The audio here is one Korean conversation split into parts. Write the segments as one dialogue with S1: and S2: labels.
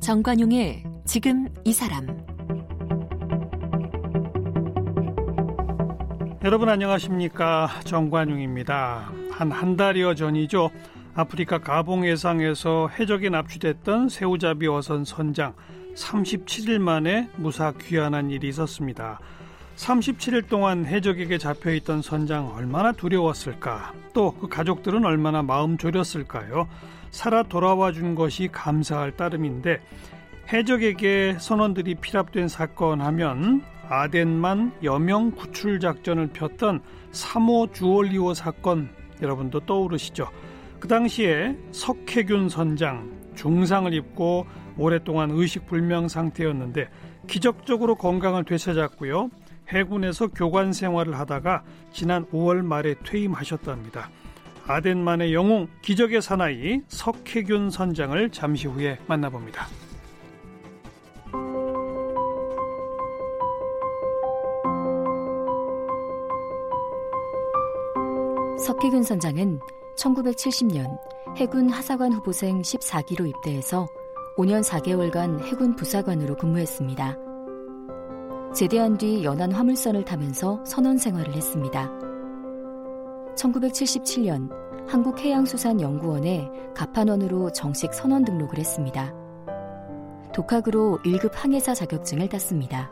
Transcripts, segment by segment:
S1: 정관용의 지금 이 사람
S2: 여러분 안녕하십니까 정관용입니다. 한 한 달여 전이죠. 아프리카 가봉 해상에서 해적에 납치됐던 새우잡이 어선 선장 37일 만에 무사 귀환한 일이 있었습니다. 37일 동안 해적에게 잡혀있던 선장 얼마나 두려웠을까? 또 그 가족들은 얼마나 마음 졸였을까요? 살아 돌아와 준 것이 감사할 따름인데 해적에게 선원들이 피랍된 사건 하면 아덴만 여명 구출 작전을 폈던 3호 주얼리호 사건 여러분도 떠오르시죠? 그 당시에 석혜균 선장 중상을 입고 오랫동안 의식불명 상태였는데 기적적으로 건강을 되찾았고요. 해군에서 교관 생활을 하다가 지난 5월 말에 퇴임하셨답니다. 아덴만의 영웅 기적의 사나이 석혜균 선장을 잠시 후에 만나봅니다.
S3: 석혜균 선장은 1970년 해군 하사관 후보생 14기로 입대해서 5년 4개월간 해군 부사관으로 근무했습니다. 제대한 뒤 연안 화물선을 타면서 선원 생활을 했습니다. 1977년 한국해양수산연구원에 가판원으로 정식 선원 등록을 했습니다. 독학으로 1급 항해사 자격증을 땄습니다.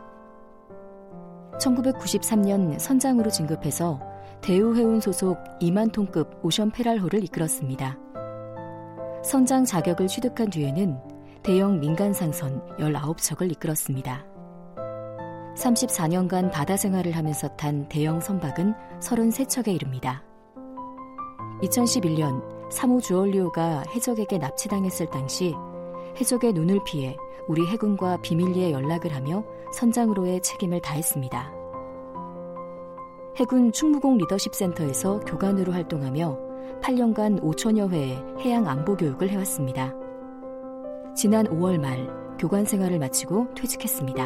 S3: 1993년 선장으로 진급해서 대우해운 소속 2만 톤급 오션 페랄호를 이끌었습니다. 선장 자격을 취득한 뒤에는 대형 민간상선 19척을 이끌었습니다. 34년간 바다 생활을 하면서 탄 대형 선박은 33척에 이릅니다. 2011년 3호 주얼리오가 해적에게 납치당했을 당시 해적의 눈을 피해 우리 해군과 비밀리에 연락을 하며 선장으로의 책임을 다했습니다. 해군 충무공 리더십 센터에서 교관으로 활동하며 8년간 5천여 회의 해양 안보 교육을 해왔습니다. 지난 5월 말 교관 생활을 마치고 퇴직했습니다.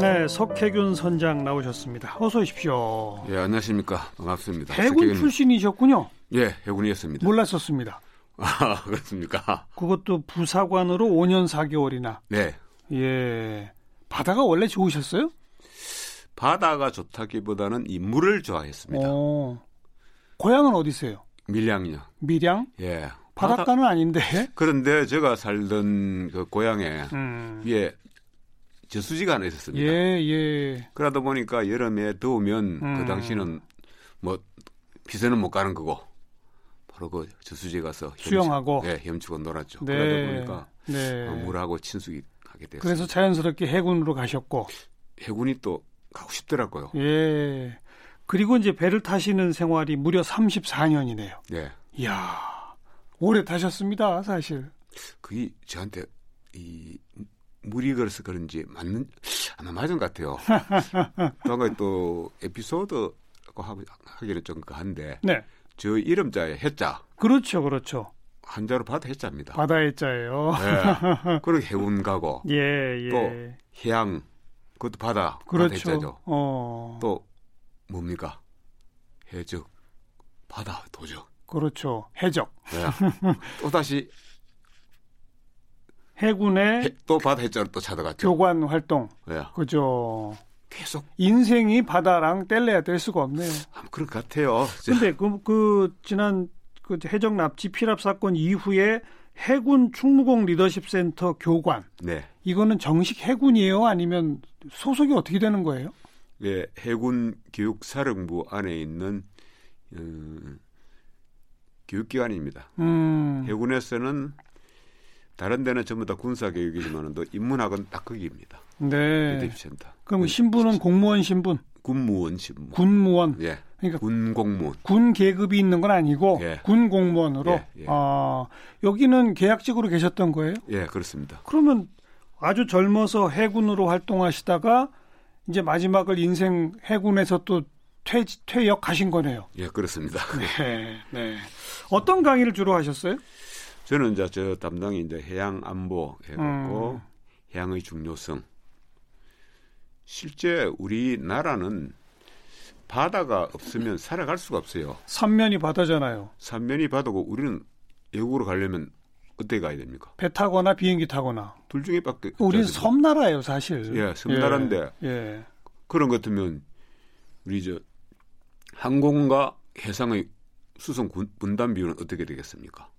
S2: 네, 석혜균 선장 나오셨습니다. 어서 오십시오.
S4: 예, 안녕하십니까. 반갑습니다.
S2: 해군
S4: 세계인-
S2: 출신이셨군요. 뭐-
S4: 예, 해군이었습니다.
S2: 몰랐었습니다.
S4: 아, 그렇습니까?
S2: 그것도 부사관으로 5년 4개월이나.
S4: 네.
S2: 예. 바다가 원래 좋으셨어요?
S4: 바다가 좋다기보다는 인물을 좋아했습니다.
S2: 어. 고향은 어디세요?
S4: 밀양이요.
S2: 밀양?
S4: 예. 바다-
S2: 바닷가는 아닌데.
S4: 그런데 제가 살던 그 고향에
S2: 음.
S4: 위에 저수지가 하나 있었습니다.
S2: 예, 예.
S4: 그러다 보니까 여름에 더우면
S2: 음.
S4: 그 당시는 뭐 비서는 못 가는 거고 바로 그 저수지에 가서 헤엄치-
S2: 수영하고.
S4: 예, 헤엄치고 놀았죠. 그러다
S2: 네.
S4: 보니까
S2: 네.
S4: 어, 물하고 친숙이 하게 됐어요.
S2: 그래서 자연스럽게 해군으로 가셨고.
S4: 해군이 또 가고 싶더라고요.
S2: 예. 그리고 이제 배를 타시는 생활이 무려 34년이네요.
S4: 예.
S2: 이야. 오래 타셨습니다, 사실.
S4: 그게 저한테 이 물이 그래서 그런지 맞는 아마 맞은 것 같아요. 또 한 가지 또 에피소드라고 그 하- 하기는 좀 그한데
S2: 네.
S4: 저 이름자에 해자
S2: 그렇죠, 그렇죠.
S4: 한자로 바다 해자입니다.
S2: 바다의 자예요.
S4: 예. 그리고 해운 가고
S2: 예, 예.
S4: 또 해양 그것도 바다 바다
S2: 그렇죠.
S4: 해자죠.
S2: 어.
S4: 또 뭡니까 해적 바다 도적 예.
S2: 그렇죠. 해적.
S4: 또 다시
S2: 해군의
S4: 또 바다 해자로 또 찾아갔죠.
S2: 교관 활동.
S4: 예.
S2: 그죠.
S4: 계속
S2: 인생이 바다랑 뗄래야 뗄 수가 없네요.
S4: 아마 그런 것 같아요.
S2: 근데 그, 그 지난 그 해적 납치 피랍 사건 이후에 해군 충무공 리더십 센터 교관
S4: 네.
S2: 이거는 정식 해군이에요? 아니면 소속이 어떻게 되는 거예요?
S4: 예, 해군 교육사령부 안에 있는 음, 교육기관입니다.
S2: 음,
S4: 해군에서는 다른 데는 전부 다 군사교육이지만 또 인문학은 딱 거기입니다.
S2: 네.
S4: 리더십센터.
S2: 그럼
S4: 군-
S2: 신분은 공무원 신분,
S4: 군무원 신문.
S2: 군무원.
S4: 예,
S2: 그러니까
S4: 군공무원.
S2: 군 계급이 있는 건 아니고
S4: 예.
S2: 군 공무원으로.
S4: 예, 예.
S2: 아, 여기는 계약직으로 계셨던 거예요?
S4: 예, 그렇습니다.
S2: 그러면 아주 젊어서 해군으로 활동하시다가 이제 마지막을 인생 해군에서 또 퇴, 퇴역 가신 거네요.
S4: 예, 그렇습니다.
S2: 네, 네. 어떤 강의를 주로 하셨어요?
S4: 저는 이제 저 담당이 이제 해양 안보 해갖고
S2: 음.
S4: 해양의 중요성. 실제 우리나라는 바다가 없으면 살아갈 수가 없어요.
S2: 삼면이 바다잖아요.
S4: 삼면이 바다고 우리는 외국으로 가려면 어떻게 가야 됩니까?
S2: 배 타거나 비행기 타거나.
S4: 둘 중에밖에 없지
S2: 우린
S4: 않습니까?
S2: 섬나라예요, 사실.
S4: 예, 섬나라인데.
S2: 예. 예.
S4: 그런 것 같으면 우리 저 항공과 해상의 수송 군- 분담 비율은 어떻게 되겠습니까?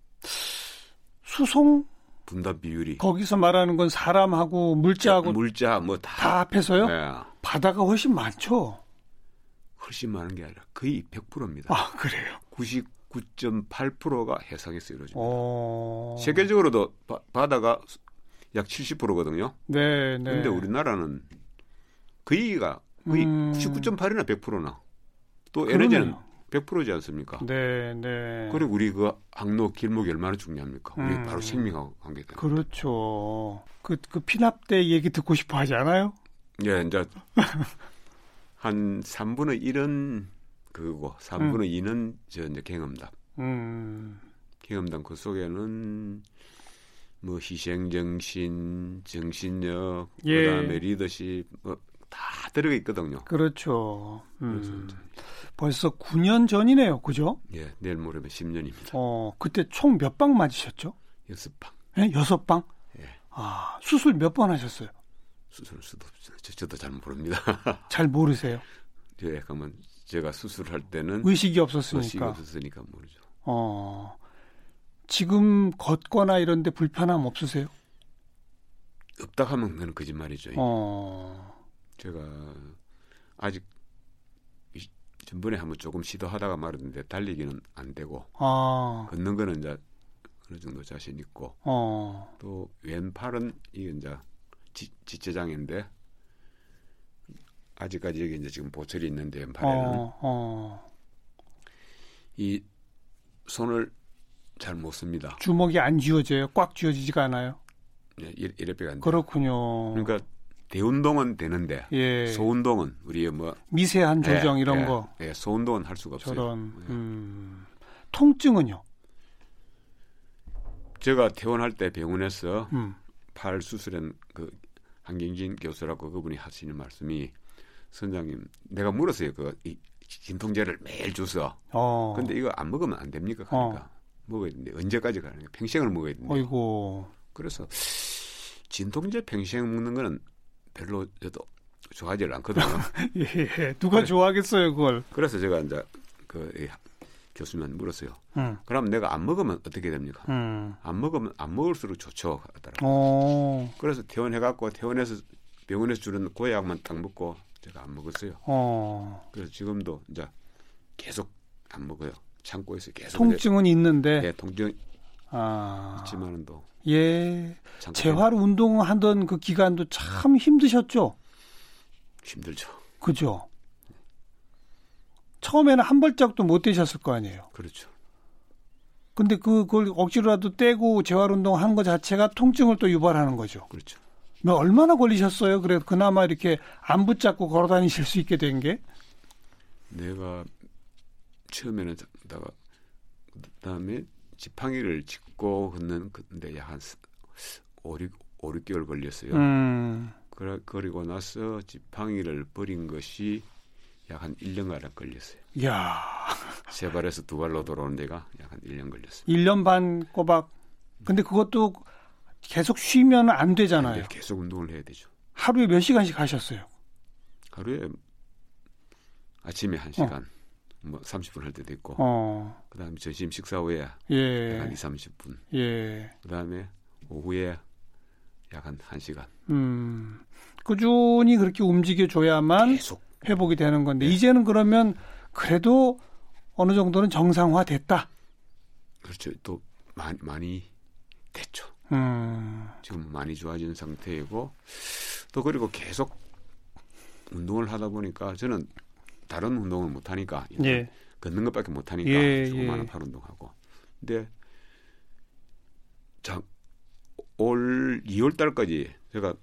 S2: 수송
S4: 분담 비율이
S2: 거기서 말하는 건 사람하고 물자하고
S4: 물자 뭐
S2: 다
S4: 다
S2: 합해서요.
S4: 예,
S2: 바다가 훨씬 많죠.
S4: 훨씬 많은 게 아니라 거의 100%입니다.
S2: 아, 그래요.
S4: 99.8%가 해상에서 이루어집니다.
S2: 어.
S4: 세계적으로도 바, 바다가 약 70%거든요.
S2: 네, 네.
S4: 근데 우리나라는 거의가 거의
S2: 음.
S4: 99.8이나 100%나 또
S2: 그러네요.
S4: 에너지는 100%지 않습니까?
S2: 네, 네.
S4: 그리고 우리 그 항로 길목이 얼마나 중요합니까? 우리
S2: 음. 그
S4: 바로 생명하고 관계돼요.
S2: 그렇죠. 그, 그 피납대 얘기 듣고 싶어 하지 않아요?
S4: 예, 이제 한 3분의 1은 그거고 3분의 2는 저 이제 경험담.
S2: 음.
S4: 경험담 그 속에는 뭐 희생 정신, 정신력,
S2: 예.
S4: 그다음에 리더십 뭐다 들어가 있거든요.
S2: 그렇죠.
S4: 그래서
S2: 음.
S4: 이제
S2: 벌써 9년 전이네요. 그죠?
S4: 예, 내일 모레면 10년입니다.
S2: 어, 그때 총 몇 방 맞으셨죠?
S4: 여섯 방
S2: 예? 여섯 방?
S4: 예.
S2: 아, 수술 몇 번 하셨어요?
S4: 수술을 수도 없어요. 저- 저도 잘 모릅니다.
S2: 잘 모르세요.
S4: 저 약간만 제가 수술할 때는
S2: 의식이
S4: 의식이
S2: 없었으니까.
S4: 없었으니까 모르죠.
S2: 어. 지금 걷거나 이런 데 불편함 없으세요?
S4: 없다 하면 그건 거짓말이죠.
S2: 어.
S4: 제가 아직 이- 전번에 한번 조금 시도하다가 말았는데 달리기는 안 되고
S2: 아.
S4: 걷는 거는 이제 어느 정도 자신 있고
S2: 어.
S4: 또 왼팔은 이게 이제 지, 지체장애인데 아직까지 여기 이제 지금 보철이 있는데 왼팔에는
S2: 어. 어.
S4: 이 손을 잘 못 씁니다.
S2: 주먹이 안 쥐어져요. 꽉 쥐어지지가 않아요.
S4: 예, 이- 이래빼가 안 돼요.
S2: 그렇군요.
S4: 그러니까 대운동은 되는데
S2: 예.
S4: 소운동은 우리 뭐
S2: 미세한 조정
S4: 예,
S2: 이런
S4: 예,
S2: 거
S4: 예, 소운동은 할 수가 없어요.
S2: 저런
S4: 예.
S2: 음. 통증은요.
S4: 제가 퇴원할 때 병원에서
S2: 음.
S4: 팔 수술한 그 한경진 교수라고 그분이 하시는 말씀이 선장님 내가 물었어요 그이 진통제를 매일 줘서
S2: 어.
S4: 근데 이거 안 먹으면 안 됩니까? 그러니까 먹어야 되는데 언제까지 가는 거 평생을 먹어야 되는데
S2: 어이고
S4: 그래서 진통제 평생 먹는 거는 별로 저도 좋아하지를 않거든요.
S2: 예, 누가
S4: 그래.
S2: 좋아하겠어요 그걸.
S4: 그래서 제가 이제 그이 교수님한테 물었어요.
S2: 음.
S4: 그럼 내가 안 먹으면 어떻게 됩니까?
S2: 음.
S4: 안 먹으면 안 먹을수록 좋죠. 하더라고요.
S2: 어.
S4: 그래서 퇴원해갖고 퇴원해서 병원에서 주는 고약만 딱 먹고 제가 안 먹었어요.
S2: 어.
S4: 그래서 지금도 이제 계속 안 먹어요. 참고 있어요. 계속
S2: 통증은 있는데
S4: 이제, 예, 통증
S2: 아.
S4: 있지만은 또
S2: 예.
S4: 참고
S2: 재활 운동하던 그 기간도 참 힘드셨죠.
S4: 힘들죠.
S2: 그죠? 처음에는 한 발짝도 못 되셨을 거 아니에요.
S4: 그렇죠.
S2: 근데 그걸 억지로라도 떼고 재활 운동 하는 것 자체가 통증을 또 유발하는 거죠.
S4: 그렇죠.
S2: 뭐 얼마나 걸리셨어요? 그래 그나마 이렇게 안 붙잡고 걸어 다니실 수 있게 된 게?
S4: 내가 처음에는 다가 그다음에 지팡이를 짚고 걷는 근데 약한 5, 6, 오 6개월 걸렸어요.
S2: 음.
S4: 그래, 그리고 나서 지팡이를 버린 것이 약 한 1년가량 걸렸어요.
S2: 야,
S4: 세 발에서 두 발로 돌아오는 데가 약 한 1년 걸렸어요.
S2: 1년 반 꼬박. 근데 그것도 계속 쉬면 안 되잖아요.
S4: 근데 계속 운동을 해야 되죠.
S2: 하루에 몇 시간씩 하셨어요?
S4: 하루에 아침에 한시간뭐 30분 할 때도 있고
S2: 어.
S4: 그다음에 점심 식사 후에 약한
S2: 예.
S4: 2, 30분
S2: 예.
S4: 그다음에 오후에 약 한 1시간
S2: 음. 꾸준히 그렇게 움직여 줘야만
S4: 계속
S2: 회복이 되는 건데
S4: 예.
S2: 이제는 그러면 그래도 어느 정도는 정상화 됐다.
S4: 그렇죠. 또 많이 많이 됐죠.
S2: 음.
S4: 지금 많이 좋아진 상태이고 또 그리고 계속 운동을 하다 보니까 저는 다른 운동을 못 하니까
S2: 예.
S4: 걷는 것밖에 못 하니까
S2: 예,
S4: 조그마한
S2: 예.
S4: 팔 운동하고. 근데 자, 올 2월 달까지 제가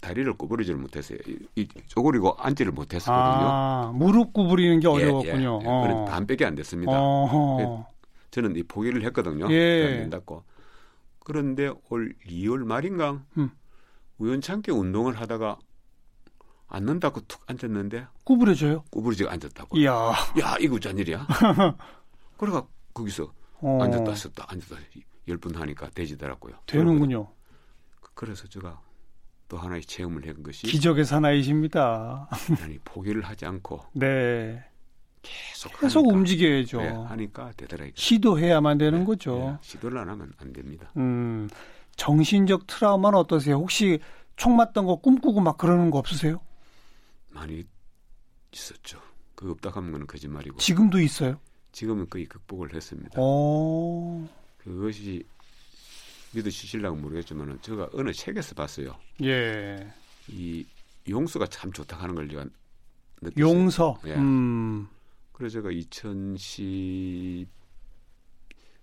S4: 다리를 구부리지를 못했어요. 이, 이 쪼그리고 앉지를 못했었거든요.
S2: 아, 무릎 구부리는 게
S4: 예, 예,
S2: 어려웠군요.
S4: 예.
S2: 어.
S4: 그래서 반백이 안 됐습니다. 예.
S2: 어허.
S4: 저는 이 포기를 했거든요.
S2: 예.
S4: 잘안 된다고. 그런데 올 2월 말인가
S2: 음.
S4: 우연찮게 운동을 하다가 앉는다고 툭 앉았는데
S2: 구부려져요. 예.
S4: 구부리지가 앉았다고.
S2: 이야.
S4: 야 이거 잔일이야. 그래가 거기서
S2: 어,
S4: 앉았다 섰다 앉았다 열 분 하니까 되지더라고요.
S2: 되는군요.
S4: 그래서 제가 또 하나의 체험을 한 것이
S2: 기적의 사나이십니다.
S4: 아니, 포기를 하지 않고
S2: 네.
S4: 계속
S2: 계속
S4: 하니까,
S2: 움직여야죠.
S4: 네, 하니까 되더라고요.
S2: 시도해야만 되는 거죠.
S4: 네, 시도를 안 하면 안 됩니다.
S2: 음, 정신적 트라우마는 어떠세요? 혹시 총 맞던 거 꿈꾸고 막 그러는 거 없으세요?
S4: 많이 있었죠. 그 없다 하면 그건 거짓말이고
S2: 지금도 있어요.
S4: 지금은 거의 극복을 했습니다.
S2: 어,
S4: 그것이 믿으시실라고 모르겠지만 제가 어느 책에서 봤어요.
S2: 예.
S4: 이 용서가 참 좋다 하는 걸 제가 느꼈어요.
S2: 용서.
S4: 예.
S2: 음,
S4: 그래서 제가 2010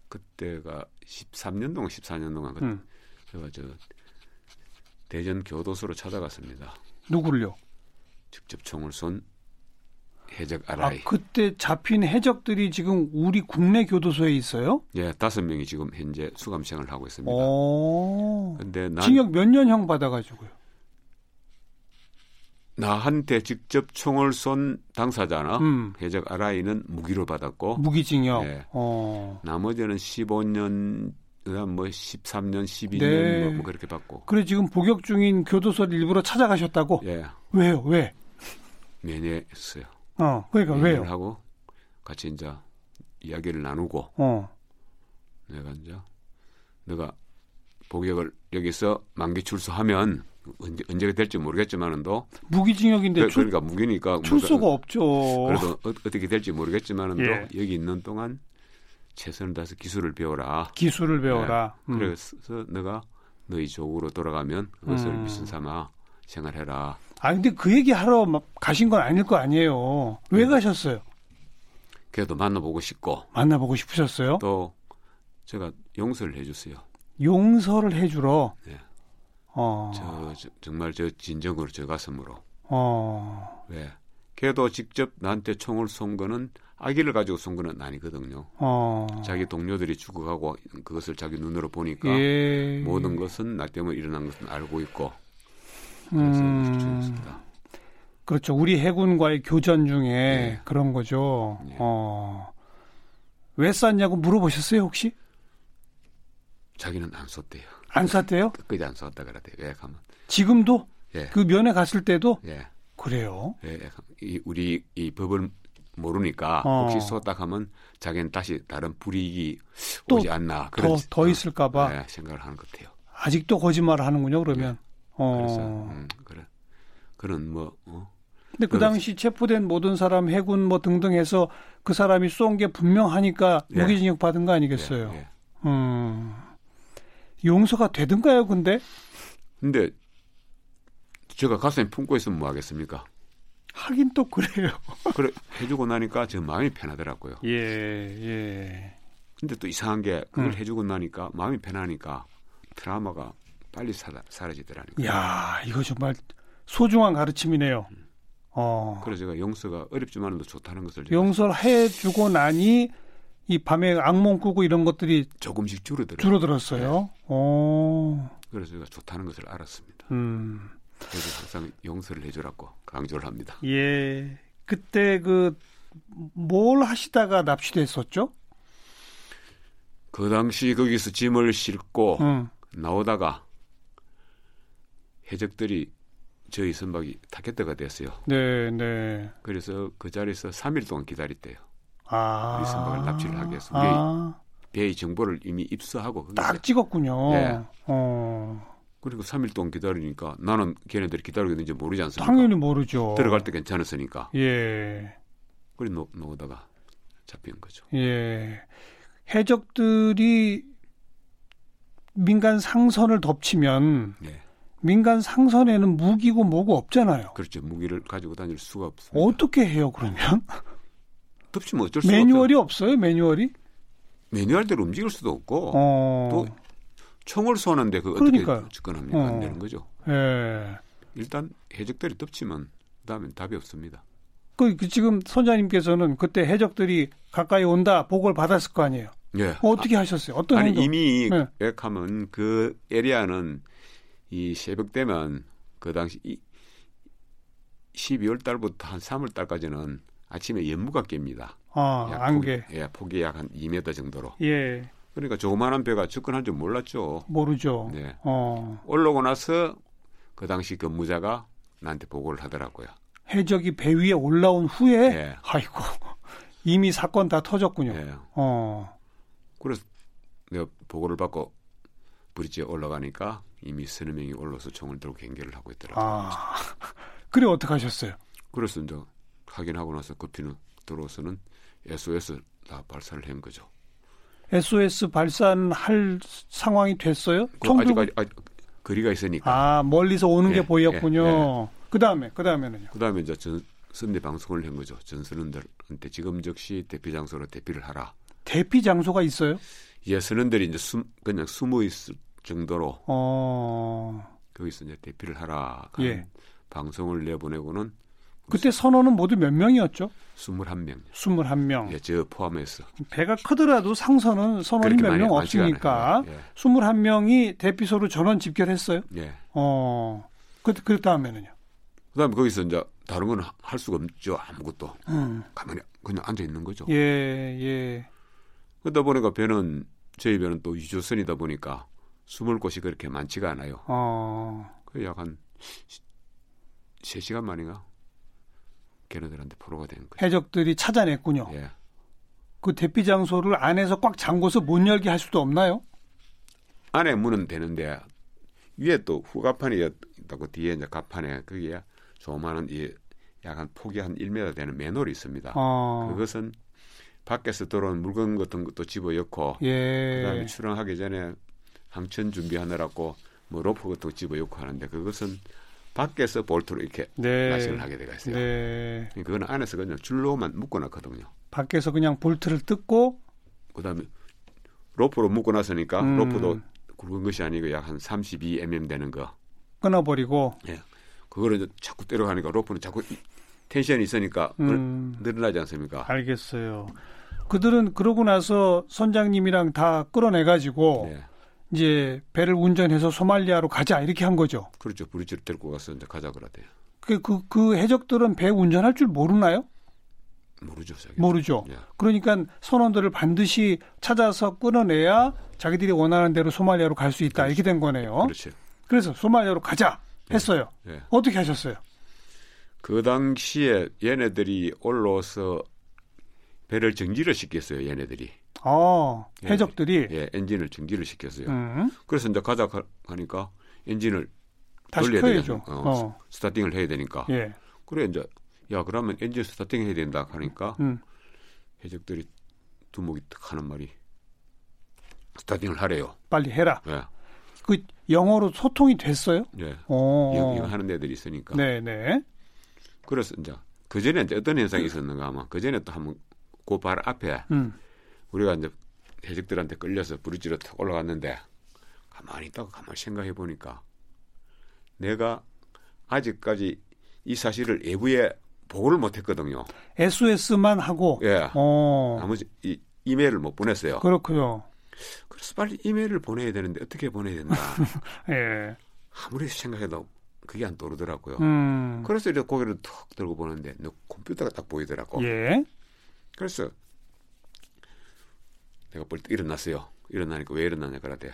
S4: 그때가 13년 동안 14년 동안 그-
S2: 음.
S4: 제가 저 대전 교도소로 찾아갔습니다.
S2: 누구를요?
S4: 직접 총을 쏜 해적
S2: 아,
S4: 아라이.
S2: 그때 잡힌 해적들이 지금 우리 국내 교도소에 있어요?
S4: 예, 다섯 명이 지금 현재 수감 생활을 하고 있습니다.
S2: 어.
S4: 근데 난
S2: 징역 몇 년형 받아가지고요.
S4: 나한테 직접 총을 쏜 당사자나
S2: 음.
S4: 해적 아라이는 무기로 받았고
S2: 무기징역.
S4: 어? 예.
S2: 어. 나머지는
S4: 15년 뭐 13년, 12년
S2: 네.
S4: 뭐, 뭐 그렇게 받고
S2: 그래 지금 복역 중인 교도소를 일부러 찾아가셨다고?
S4: 예
S2: 왜요? 왜?
S4: 면회했어요.
S2: 어. 그러니까
S4: 면회를
S2: 왜요?
S4: 하고 같이 이제 이야기를 나누고
S2: 어.
S4: 내가 이제 내가 복역을 여기서 만기 출소하면 언제 언제가 될지 모르겠지만은도
S2: 무기징역인데
S4: 그-
S2: 출,
S4: 그러니까 무기니까 뭔가
S2: 출소가 없죠.
S4: 그래도 어, 떻게 될지 모르겠지만은도
S2: 예.
S4: 여기 있는 동안 최선을 다해서 기술을 배워라.
S2: 기술을 배워라. 음.
S4: 그래서 내가 너희 조국으로 돌아가면 그것을
S2: 음.
S4: 미신 삼아 생활해라.
S2: 아 근데 그 얘기 하러 막 가신 건 아닐 거 아니에요.
S4: 네.
S2: 왜 가셨어요?
S4: 걔도 만나보고 싶고
S2: 만나보고 싶으셨어요?
S4: 또 제가 용서를 해주세요.
S2: 용서를 해주러.
S4: 네.
S2: 어.
S4: 저, 저- 정말 저 진정으로 저 가슴으로
S2: 어.
S4: 왜? 걔도 직접 나한테 총을 쏜 거는 아기를 가지고 쏜 거는 아니거든요.
S2: 어.
S4: 자기 동료들이 죽어가고 그것을 자기 눈으로 보니까
S2: 예.
S4: 모든 것은 나 때문에 일어난 것은 알고 있고 그래서
S2: 음.
S4: 죽었습니다.
S2: 그렇죠. 우리 해군과의 교전 중에
S4: 예.
S2: 그런 거죠.
S4: 예.
S2: 어. 왜 쐈냐고 물어보셨어요, 혹시?
S4: 자기는 안 썼대요.
S2: 안 쐈대요?
S4: 끝까지 안 썼다 그러대요. 예, 가면
S2: 지금도?
S4: 예,
S2: 그 면회 갔을 때도?
S4: 예,
S2: 그래요.
S4: 예, 예, 가면. 이 우리 이 법을 모르니까
S2: 어.
S4: 혹시 썼다 하면 자기는 다시 다른 불이익이
S2: 또
S4: 오지 않나
S2: 더,
S4: 그런
S2: 더 있을까봐.
S4: 예, 생각을 하는 것 같아요.
S2: 아직도 거짓말을 하는군요, 그러면. 어.
S4: 그래서 음, 그래 그런 뭐 어?
S2: 근데 그
S4: 그래서-
S2: 당시 체포된 모든 사람 해군 뭐 등등 해서 그 사람이 쏜 게 분명하니까
S4: 예.
S2: 무기징역 받은 거 아니겠어요? 음. 용서가 되던가요, 근데?
S4: 근데 제가 가슴에 품고 있으면 뭐 하겠습니까?
S2: 하긴 또 그래요.
S4: 그래 해주고 나니까 제 마음이 편하더라고요.
S2: 예, 예.
S4: 근데 또 이상한 게 그걸
S2: 음.
S4: 해주고 나니까 마음이 편하니까 트라우마가 빨리 사,
S2: 예.
S4: 사라지더라니까.
S2: 야, 이거 정말 소중한 가르침이네요. 어.
S4: 그래서 제가 용서가 어렵지만도 좋다는 것을 제가
S2: 용서를 해 주고 나니 이 밤에 악몽 꾸고 이런 것들이
S4: 조금씩 줄어들어. 요
S2: 줄어들었어요. 어.
S4: 그래서 제가 좋다는 것을 알았습니다.
S2: 음.
S4: 그래서 항상 용서를 해주라고 강조를 합니다.
S2: 예. 그때 그 뭘 하시다가 납치됐었죠?
S4: 그 당시 거기서 짐을 싣고
S2: 응.
S4: 나오다가 해적들이 저희 선박이 타겟대가 됐어요.
S2: 네, 네.
S4: 그래서 그 자리에서 3일 동안 기다렸대요.
S2: 아.
S4: 우리 선박을 납치를 하게 해서
S2: 아,
S4: 배의 정보를 이미 입수하고 거기서
S2: 딱 찍었군요.
S4: 예.
S2: 어.
S4: 그리고 3일 동안 기다리니까 나는 걔네들이 기다리고 있는지 모르지 않습니까?
S2: 당연히 모르죠.
S4: 들어갈 때 괜찮았으니까
S2: 예.
S4: 그래 놓- 놓으다가 잡힌 거죠.
S2: 예. 해적들이 민간 상선을 덮치면
S4: 네,
S2: 민간 상선에는 무기고 뭐고 없잖아요.
S4: 그렇죠. 무기를 가지고 다닐 수가 없습니다.
S2: 어떻게 해요, 그러면?
S4: 덮치면 어쩔 수가
S2: 매뉴얼이 없어요, 매뉴얼이?
S4: 없어요. 매뉴얼대로 움직일 수도 없고
S2: 어.
S4: 또 총을 쏘는데 그 어떻게
S2: 그러니까요.
S4: 접근합니까?
S2: 어.
S4: 안 되는 거죠.
S2: 예.
S4: 일단 해적들이 덮치면 그다음엔 답이 없습니다.
S2: 그, 그 지금 선장님께서는 그때 해적들이 가까이 온다 보고를 받았을 거 아니에요.
S4: 예.
S2: 어떻게 하셨어요? 어떤
S4: 아, 아니
S2: 행동?
S4: 이미
S2: 네.
S4: 계획하면 그 에리아는 이 새벽 되면 그 당시 이 12월 달부터 한 3월 달까지는 아침에 연무가 깹니다.
S2: 아,
S4: 약
S2: 안개.
S4: 폭이, 예, 폭이 약 한 2m 정도로.
S2: 예,
S4: 그러니까 조그마한 배가 접근할 줄 몰랐죠.
S2: 모르죠.
S4: 네.
S2: 어,
S4: 올라오고 나서 그 당시 근무자가 나한테 보고를 하더라고요.
S2: 해적이 배 위에 올라온 후에,
S4: 예.
S2: 아이고, 이미 사건 다 터졌군요.
S4: 예.
S2: 어,
S4: 그래서 내가 보고를 받고 브릿지에 올라가니까 이미 서너 명이 올라서 총을 들고 경계를 하고 있더라고요.
S2: 아, 그래 어떻게 하셨어요?
S4: 그래서 이제 확인하고 나서 급히는 들어와서는 SOS 다 발사를 한 거죠.
S2: SOS 발사는 할 상황이 됐어요?
S4: 그
S2: 총 들고-
S4: 아직까지 아직 거리가 있으니까.
S2: 아, 멀리서 오는
S4: 예,
S2: 게 보였군요.
S4: 예, 예.
S2: 그 다음에, 그 다음에는요.
S4: 그다음에 이제 전 선대 방송을 한 거죠. 전선원들한테 지금 즉시 대피 장소로 대피를 하라.
S2: 대피 장소가 있어요?
S4: 예, 선원들이 이제 숨, 그냥 숨어 있을 정도로
S2: 어,
S4: 거기서 이제 대피를 하라.
S2: 예.
S4: 방송을 내보내고는
S2: 그때 선원은 모두 몇 명이었죠?
S4: 21명.
S2: 21명.
S4: 예, 저 포함해서.
S2: 배가 크더라도 상선은 선원이
S4: 그렇게
S2: 몇
S4: 많이
S2: 명
S4: 많지가
S2: 없으니까
S4: 않아요.
S2: 21명이 대피소로 전원 집결했어요.
S4: 예. 예.
S2: 어, 그, 그 다음에는요.
S4: 그다음에 거기서 이제 다른 건 할 수가 없죠. 아무것도.
S2: 음,
S4: 가만히 그냥 앉아 있는 거죠.
S2: 예, 예.
S4: 그러다 보니까 배는 저희 배는 또 유조선이다 보니까 숨을 곳이 그렇게 많지가 않아요.
S2: 어,
S4: 그 약한 3시간 만인가 걔네들한테 포로가 된 거죠.
S2: 해적들이 찾아냈군요.
S4: 예.
S2: 그 대피 장소를 안에서 꽉 잠궈서 못 열게 할 수도 없나요?
S4: 안에 문은 되는데 위에 또 후가판이 있다고 그 뒤에 이제 가판에 거기에 조만한 이 약한 폭이 한 1m 되는 맨홀이 있습니다.
S2: 어,
S4: 아, 그것은 밖에서 들어온 물건 같은 것도 집어넣고 그다음에
S2: 예.
S4: 출항하기 전에 항천 준비하느라고 뭐 로프 같은 거 집어넣고 하는데 그것은 밖에서 볼트로 이렇게
S2: 네.
S4: 낚시를 하게 되어 있어요.
S2: 네.
S4: 그건 안에서 그냥 줄로만 묶어놨거든요.
S2: 밖에서 그냥 볼트를 뜯고
S4: 그다음에 로프로 묶어 놨으니까
S2: 음.
S4: 로프도 굵은 것이 아니고 약 한 32mm 되는 거.
S2: 끊어버리고
S4: 그거를 이제 자꾸 때려가니까 로프는 자꾸 이- 텐션이 있으니까 늘-
S2: 음.
S4: 늘어나지 않습니까?
S2: 알겠어요. 그들은 그러고 나서 선장님이랑 다 끌어내가지고
S4: 네.
S2: 이제 배를 운전해서 소말리아로 가자 이렇게 한 거죠.
S4: 그렇죠. 브릿지를 데리고 가서 이제 가자 그러대요.
S2: 그, 그, 그 해적들은 배 운전할 줄 모르나요?
S4: 모르죠, 자기.
S2: 모르죠.
S4: 예.
S2: 그러니까 선원들을 반드시 찾아서 끌어내야 자기들이 원하는 대로 소말리아로 갈 수 있다 이렇게 된 거네요.
S4: 그렇죠.
S2: 그래서 소말리아로 가자 했어요.
S4: 예.
S2: 어떻게 하셨어요?
S4: 그 당시에 얘네들이 올라와서 배를 정지를 시켰어요, 얘네들이.
S2: 아
S4: 예.
S2: 해적들이
S4: 예, 엔진을 정지를 시켰어요.
S2: 음,
S4: 그래서 이제 가자 가- 하니까 엔진을
S2: 다시
S4: 돌려야
S2: 켜야죠.
S4: 되잖아요. 어,
S2: 어.
S4: 스타팅을 해야 되니까.
S2: 예.
S4: 그래 이제 야 그러면 엔진 스타팅 해야 된다 하니까
S2: 음.
S4: 해적들이 두목이 탁 하는 말이 스타팅을 하래요.
S2: 빨리 해라.
S4: 예,
S2: 그 영어로 소통이 됐어요?
S4: 예.
S2: 어.
S4: 이거, 이거 하는 애들이 있으니까.
S2: 네, 네.
S4: 그래서 이제 그 전에 이제 어떤 현상이 있었는가 하면 그 전에 또 한번 그 발 앞에
S2: 음.
S4: 우리가 이제 해적들한테 끌려서 부르지로 탁 올라갔는데 가만히 있다가 가만히 생각해 보니까 내가 아직까지 이 사실을 외부에 보고를 못했거든요.
S2: SOS만 하고
S4: 예.
S2: 어.
S4: 나머지 이 이메일을 못 보냈어요.
S2: 그렇군요.
S4: 그래서 빨리 이메일을 보내야 되는데 어떻게 보내야 된다.
S2: 예.
S4: 아무리 생각해도 그게 안 떠오르더라고요.
S2: 음.
S4: 그래서 이렇게 고개를 툭 들고 보는데 내 컴퓨터가 딱 보이더라고.
S2: 예.
S4: 그래서 내가 벌떡 일어났어요. 일어나니까 왜 일어나냐 그러대.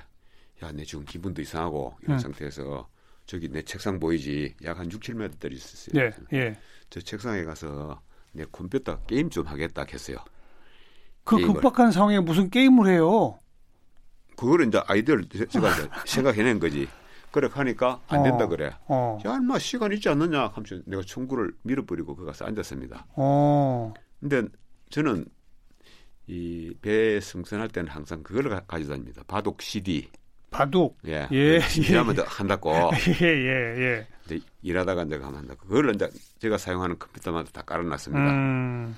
S4: 야, 내 지금 기분도 이상하고 이런
S2: 음.
S4: 상태에서 저기 내 책상 보이지? 약 한 6, 7m 떨어져 있었어요.
S2: 예. 예.
S4: 저 책상에 가서 내 컴퓨터 게임 좀 하겠다 했어요.
S2: 그
S4: 게임을.
S2: 급박한 상황에 무슨 게임을 해요?
S4: 그거를 이제 아이디어를 제- 제가 이제 생각해낸 거지. 그래 하니까 안 된다
S2: 어.
S4: 그래.
S2: 어.
S4: 야, 인마 시간 있지 않느냐 하면서 내가 총구를 밀어버리고 거기 가서 앉았습니다.
S2: 어.
S4: 근데 저는 이 배에 승선할 때는 항상 그걸 가- 가지고 다닙니다. 바둑 CD.
S2: 바둑.
S4: 예.
S2: 예,
S4: 일하면 더 한다고.
S2: 예, 예, 예.
S4: 이제 일하다가 이제 가면 한다고. 그걸 이제 제가 사용하는 컴퓨터마다 다 깔아놨습니다.
S2: 음.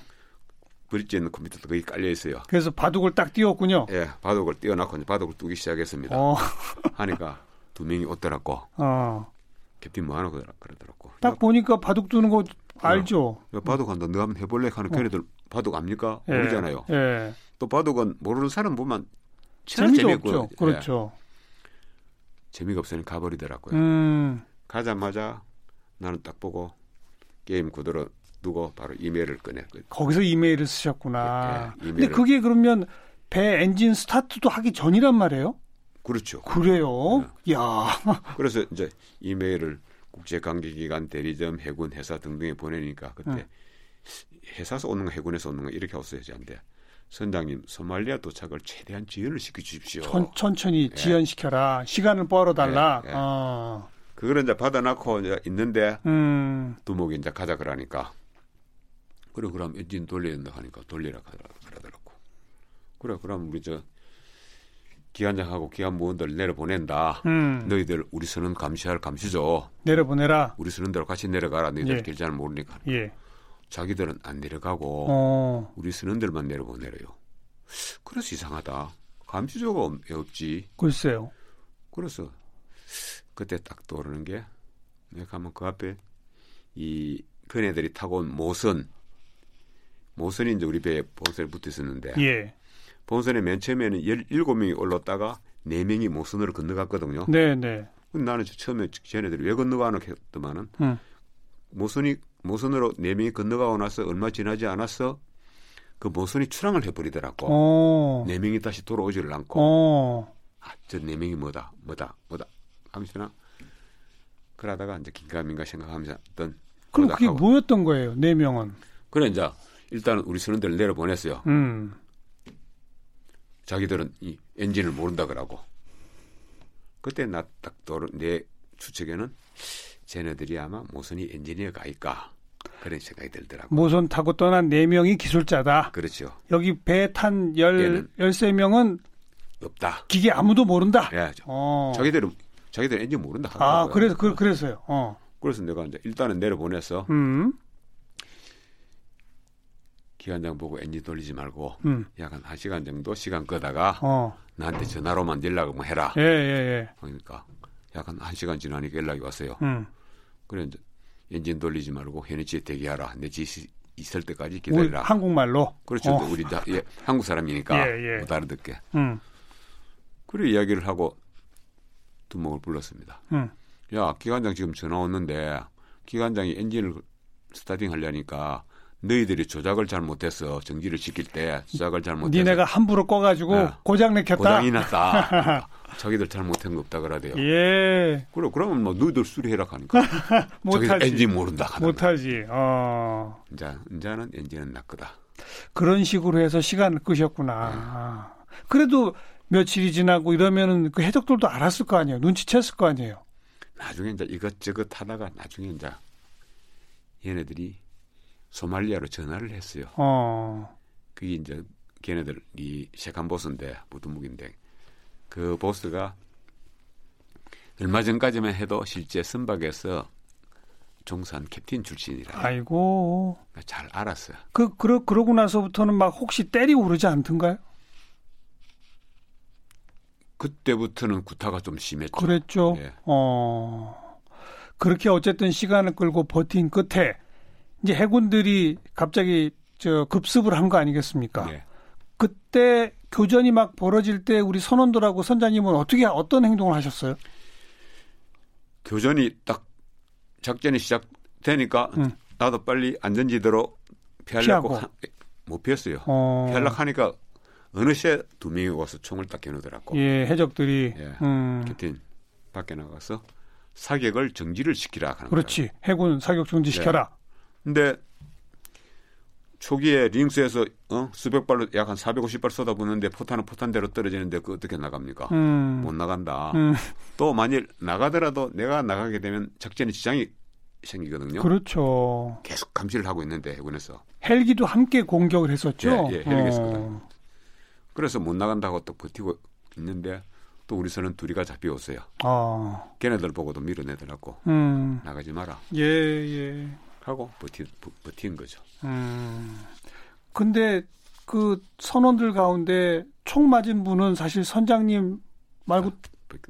S4: 브릿지에 있는 컴퓨터도 거기 깔려 있어요.
S2: 그래서 바둑을 딱 띄웠군요.
S4: 예, 바둑을 띄워놓고 이제 바둑을 두기 시작했습니다.
S2: 어.
S4: 하니까 두 명이 오더라고.
S2: 어.
S4: 캡틴 뭐하노 그러- 그러더라고.
S2: 딱 보니까 바둑 두는 거 알죠.
S4: 야, 바둑 한다. 너 한번 해볼래? 하는 걔네들 바둑 압니까?
S2: 어. 예.
S4: 모르잖아요.
S2: 예.
S4: 또 바둑은 모르는 사람 보면 참
S2: 재미도
S4: 재미없고,
S2: 없죠.
S4: 예,
S2: 그렇죠.
S4: 재미가 없으니 예. 가버리더라고요.
S2: 음.
S4: 가자마자 나는 딱 보고 게임 그대로 두고 바로 이메일을 꺼냈거든요.
S2: 거기서 이메일을 쓰셨구나.
S4: 예, 예,
S2: 근데
S4: 이메일을-
S2: 그게 그러면 배 엔진 스타트도 하기 전이란 말이에요?
S4: 그렇죠.
S2: 그래요?
S4: 예.
S2: 야,
S4: 그래서 이제 이메일을 국제 관계기관 대리점 해군 회사 등등에 보내니까 그때
S2: 응. 음.
S4: 회사에서 오는 거 해군에서 오는 거 이렇게 없어야지 안 돼. 선장님 소말리아 도착을 최대한 지연을 시켜주십시오.
S2: 천, 천천히 지연시켜라. 시간을 벌어달라.
S4: 예, 예.
S2: 어.
S4: 그거를 이제 받아놓고 이제 있는데
S2: 음,
S4: 두목이 이제 가자 그러니까 그래 그럼 엔진 돌려야 된다 하니까 돌리라 그러- 그러더라고 그래 그럼 우리 저 기관장하고 기관무원들 내려보낸다
S2: 음.
S4: 너희들 우리 선은 감시할 감시죠
S2: 내려보내라.
S4: 우리 선은 대로 같이 내려가라 너희들
S2: 예.
S4: 길 잘 모르니까
S2: 예.
S4: 자기들은 안 내려가고
S2: 어,
S4: 우리 선원들만 내려보내래요 그래서 이상하다 감시조가 없- 없지
S2: 글쎄요.
S4: 그래서 그때 딱 떠오르는 게 내가 가면 그 앞에 이 그네들이 타고 온 모선 모선이 이제 우리 배에 본선에 붙어 있었는데
S2: 예.
S4: 본선에 맨 처음에는 17명이 올랐다가 4명이 모선으로 건너갔거든요.
S2: 네, 네.
S4: 근데 나는 처음에 쟤네들이 왜 건너가나 했더만은
S2: 음.
S4: 모선이 모선으로 4명이 건너가고 나서 얼마 지나지 않았어 그 모선이 출항을 해버리더라고.
S2: 어,
S4: 네 4명이 다시 돌아오지를 않고
S2: 어,
S4: 아, 저 네 명이 뭐다, 뭐다, 뭐다 하면서나 그러다가 이제 긴가민가 생각하면서 어떤
S2: 그럼
S4: 그러다
S2: 그게
S4: 하고.
S2: 뭐였던 거예요? 네 명은.
S4: 그래 이제 일단은 우리 선원들을 내려 보냈어요.
S2: 음,
S4: 자기들은 이 엔진을 모른다 그러고 그때 나 딱 떠오른 내 추측에는 쟤네들이 아마 모선이 엔지니어 가일까 그런 생각이 들더라고.
S2: 모선 타고 떠난 네 명이 기술자다.
S4: 그렇죠.
S2: 여기 배탄 열
S4: 얘는.
S2: 열세 명은
S4: 없다.
S2: 기계 아무도 모른다.
S4: 예, 저-
S2: 어.
S4: 자기들은 자기들은 엔진 모른다.
S2: 아,
S4: 하더라고요.
S2: 그래서 그, 그래서요. 어.
S4: 그래서 내가 이제 일단은 내려 보내서
S2: 음.
S4: 기관장 보고 엔진 돌리지 말고
S2: 음.
S4: 약 한 1시간 정도 시간 끄다가
S2: 어.
S4: 나한테 전화로만 연락을 뭐 해라.
S2: 예, 예, 예.
S4: 그러니까 약한 한 시간 지나니까 연락이 왔어요.
S2: 음.
S4: 그래 이제 엔진 돌리지 말고 현지에 대기하라. 내 지시 있을 때까지
S2: 우리
S4: 기다리라.
S2: 한국말로.
S4: 그렇죠.
S2: 어.
S4: 우리 다, 예, 한국 사람이니까
S2: 예, 예.
S4: 못 알아듣게.
S2: 음.
S4: 그래 이야기를 하고 두목을 불렀습니다.
S2: 음.
S4: 야 기관장 지금 전화 오는데 기관장이 엔진을 스타팅 하려니까 너희들이 조작을 잘못해서 정지를 시킬 때 조작을 잘못해서
S2: 니네가 함부로 꺼 가지고
S4: 네.
S2: 고장 냈겠다.
S4: 고장이 났다. 그러니까 자기들 잘못한 거 없다 그러대요.
S2: 예.
S4: 그래 그러면 뭐 너희들 수리해라 하니까
S2: 못
S4: 자기들
S2: 하지.
S4: 엔진 모른다 하는
S2: 못
S4: 거야.
S2: 하지. 어.
S4: 이제 이제는 엔진은 나 거다.
S2: 그런 식으로 해서 시간을 끄셨구나.
S4: 네.
S2: 아. 그래도 며칠이 지나고 이러면은 그 해적들도 알았을 거 아니에요. 눈치챘을 거 아니에요.
S4: 나중에 이제 이것저것 하다가 나중에 이제 얘네들이 소말리아로 전화를 했어요.
S2: 어.
S4: 그게 이제 걔네들 이 셰칸 보스인데 부두목인데 그 보스가 얼마 전까지만 해도 실제 선박에서 종사한 캡틴 출신이라
S2: 아이고.
S4: 잘 알았어요.
S2: 그 그러 그러고 나서부터는 막 혹시 때리고 그러지 않던가요?
S4: 그때부터는 구타가 좀 심했죠.
S2: 그랬죠.
S4: 예.
S2: 어. 그렇게 어쨌든 시간을 끌고 버틴 끝에 이제 해군들이 갑자기 저 급습을 한 거 아니겠습니까?
S4: 예.
S2: 그때 교전이 막 벌어질 때 우리 선원들하고 선장님은 어떻게 어떤 행동을 하셨어요?
S4: 교전이 딱 작전이 시작되니까
S2: 응.
S4: 나도 빨리 안전지대로 피하려고
S2: 피하고.
S4: 하- 못 피했어요.
S2: 어.
S4: 피하려하니까 어느 시에 두 명이 와서 총을 딱 겨누더라고.
S2: 예, 해적들이
S4: 예.
S2: 음.
S4: 캡틴 밖에 나가서 사격을 정지를 시키라 하는 거예요.
S2: 그렇지. 해군 사격 중지 시켜라.
S4: 근데 초기에 링스에서 어? 수백 발로 약 한 450발 쏟아붓는데 포탄은 포탄대로 떨어지는데 그 어떻게 나갑니까?
S2: 음.
S4: 못 나간다.
S2: 음.
S4: 또 만일 나가더라도 내가 나가게 되면 작전에 지장이 생기거든요.
S2: 그렇죠.
S4: 계속 감시를 하고 있는데 해군에서
S2: 헬기도 함께 공격을 했었죠.
S4: 예, 예, 헬기에서
S2: 어.
S4: 그래서 못 나간다고 또 버티고 있는데 또 우리 선은 둘이가 잡혀오세요.
S2: 아.
S4: 걔네들 보고도 밀어내더라고
S2: 음.
S4: 나가지 마라
S2: 예, 예.
S4: 하고 버티, 버, 버틴 거죠.
S2: 음. 근데 그 선원들 가운데 총 맞은 분은 사실 선장님 말고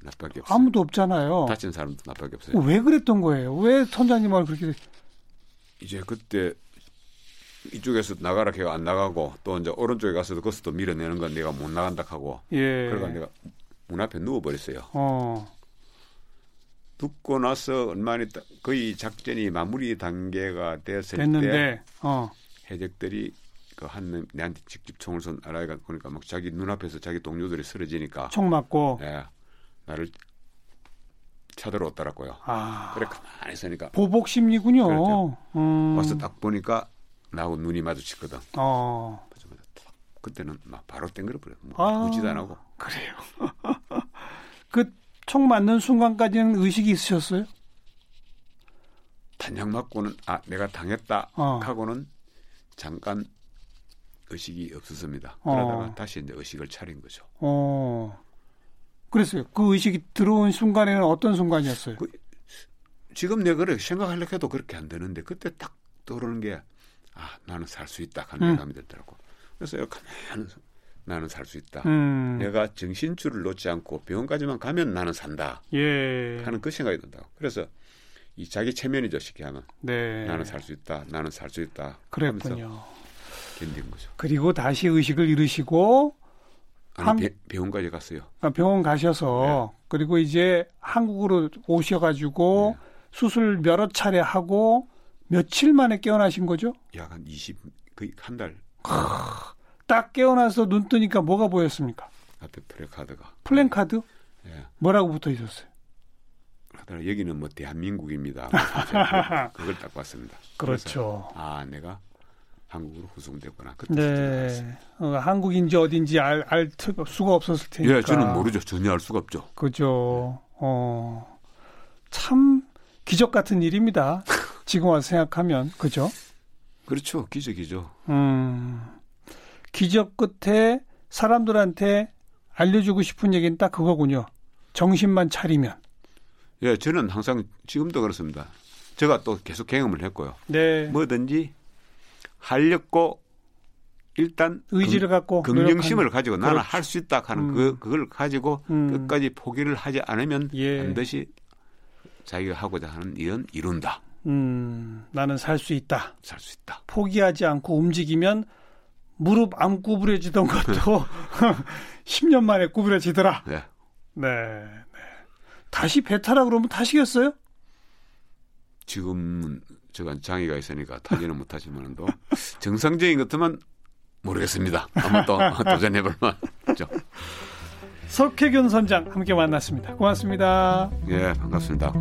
S4: 나밖에 없어요.
S2: 아무도 없잖아요.
S4: 아, 다친 사람도 나밖에 없어요.
S2: 왜 그랬던 거예요? 왜 선장님을 그렇게
S4: 이제 그때 이쪽에서 나가라 걔가 안 나가고 또 이제 오른쪽에 가서도 거기서 또 밀어내는 건 내가 못 나간다 하고 그러니까
S2: 예.
S4: 그러고 내가 문 앞에 누워버렸어요.
S2: 어.
S4: 듣고 나서 얼마 안 있다 거의 작전이 마무리 단계가 됐을 때
S2: 됐는데 어.
S4: 해적들이 그한 내한테 직접 총을 쏜 아라이가 보니까 막 자기 눈앞에서 자기 동료들이 쓰러지니까
S2: 총 맞고
S4: 예, 나를 찾으러 왔더라고요.
S2: 아
S4: 그래 가만히 있으니까
S2: 보복 심리군요.
S4: 그렇죠.
S2: 음,
S4: 와서 딱 보니까 나하고 눈이 마주치거든.
S2: 어
S4: 마주마주 탁. 그때는 막 바로 땡그려 버려.
S2: 아.
S4: 뭐 무지도 안 하고.
S2: 그래요. 그 총 맞는 순간까지는 의식이 있으셨어요?
S4: 단약 맞고는 아 내가 당했다
S2: 어.
S4: 하고는 잠깐 의식이 없었습니다.
S2: 어.
S4: 그러다가 다시 이제 의식을 차린 거죠.
S2: 어 그랬어요. 그 의식이 들어온 순간에는 어떤 순간이었어요?
S4: 그- 지금 내가 그렇게 생각하려고 해도 그렇게 안 되는데 그때 딱 떠오르는 게 아 나는 살 수 있다 하는
S2: 음.
S4: 생각이 들더라고. 그래서 내가 가만히 나는 살 수 있다.
S2: 음,
S4: 내가 정신줄을 놓지 않고 병원까지만 가면 나는 산다
S2: 예,
S4: 하는 그 생각이 든다고. 그래서 이 자기 체면이죠 쉽게 하면
S2: 네,
S4: 나는 살 수 있다, 나는 살 수 있다 하면서
S2: 그랬군요.
S4: 견딘 거죠.
S2: 그리고 다시 의식을 잃으시고
S4: 아니
S2: 한-
S4: 배- 병원까지 갔어요.
S2: 아, 병원
S4: 예.
S2: 가셔서 그리고 이제 한국으로 오셔가지고
S4: 예.
S2: 수술 여러 차례 하고 며칠 만에 깨어나신 거죠?
S4: 약 한 20, 거의 한 달
S2: 딱 깨어나서 눈 뜨니까 뭐가 보였습니까?
S4: 앞에 플래카드가.
S2: 플랜카드
S4: 예.
S2: 뭐라고 붙어 있었어요?
S4: 그러더라 여기는 뭐 대한민국입니다. 그래서 그걸 딱 봤습니다.
S2: 그렇죠.
S4: 그래서 아 내가 한국으로 후송됐구나. 그때
S2: 네,
S4: 진짜 알았어요.
S2: 어, 한국인지 어딘지 알, 알 트- 수가 없었을 테니까.
S4: 예, 저는 모르죠. 전혀 알 수가 없죠.
S2: 그죠. 어, 참 기적 같은 일입니다. 지금 와서 생각하면 그죠.
S4: 그렇죠. 기적이죠.
S2: 음, 기적 끝에 사람들한테 알려주고 싶은 얘기는 딱 그거군요. 정신만 차리면.
S4: 예, 저는 항상 지금도 그렇습니다. 제가 또 계속 경험을 했고요.
S2: 네.
S4: 뭐든지 하려고 일단
S2: 의지를 갖고
S4: 긍, 긍정심을 가지고 나는
S2: 그렇죠.
S4: 할 수 있다 하는
S2: 음.
S4: 그 그걸 가지고
S2: 음.
S4: 끝까지 포기를 하지 않으면
S2: 예.
S4: 반드시 자기가 하고자 하는 일은 이룬다.
S2: 노력하는- 음, 나는 살 수 있다.
S4: 살 수 있다.
S2: 포기하지 않고 움직이면 무릎 안 구부려지던 것도 10년 만에 구부려지더라.
S4: 네.
S2: 네. 네. 다시 배 타라 그러면 타시겠어요?
S4: 지금은 제가 장애가 있으니까 타지는 못하지만도 정상적인 것만 모르겠습니다. 한번 또 도전해볼 만죠.
S2: 석혜균 선장 함께 만났습니다. 고맙습니다.
S4: 예, 반갑습니다.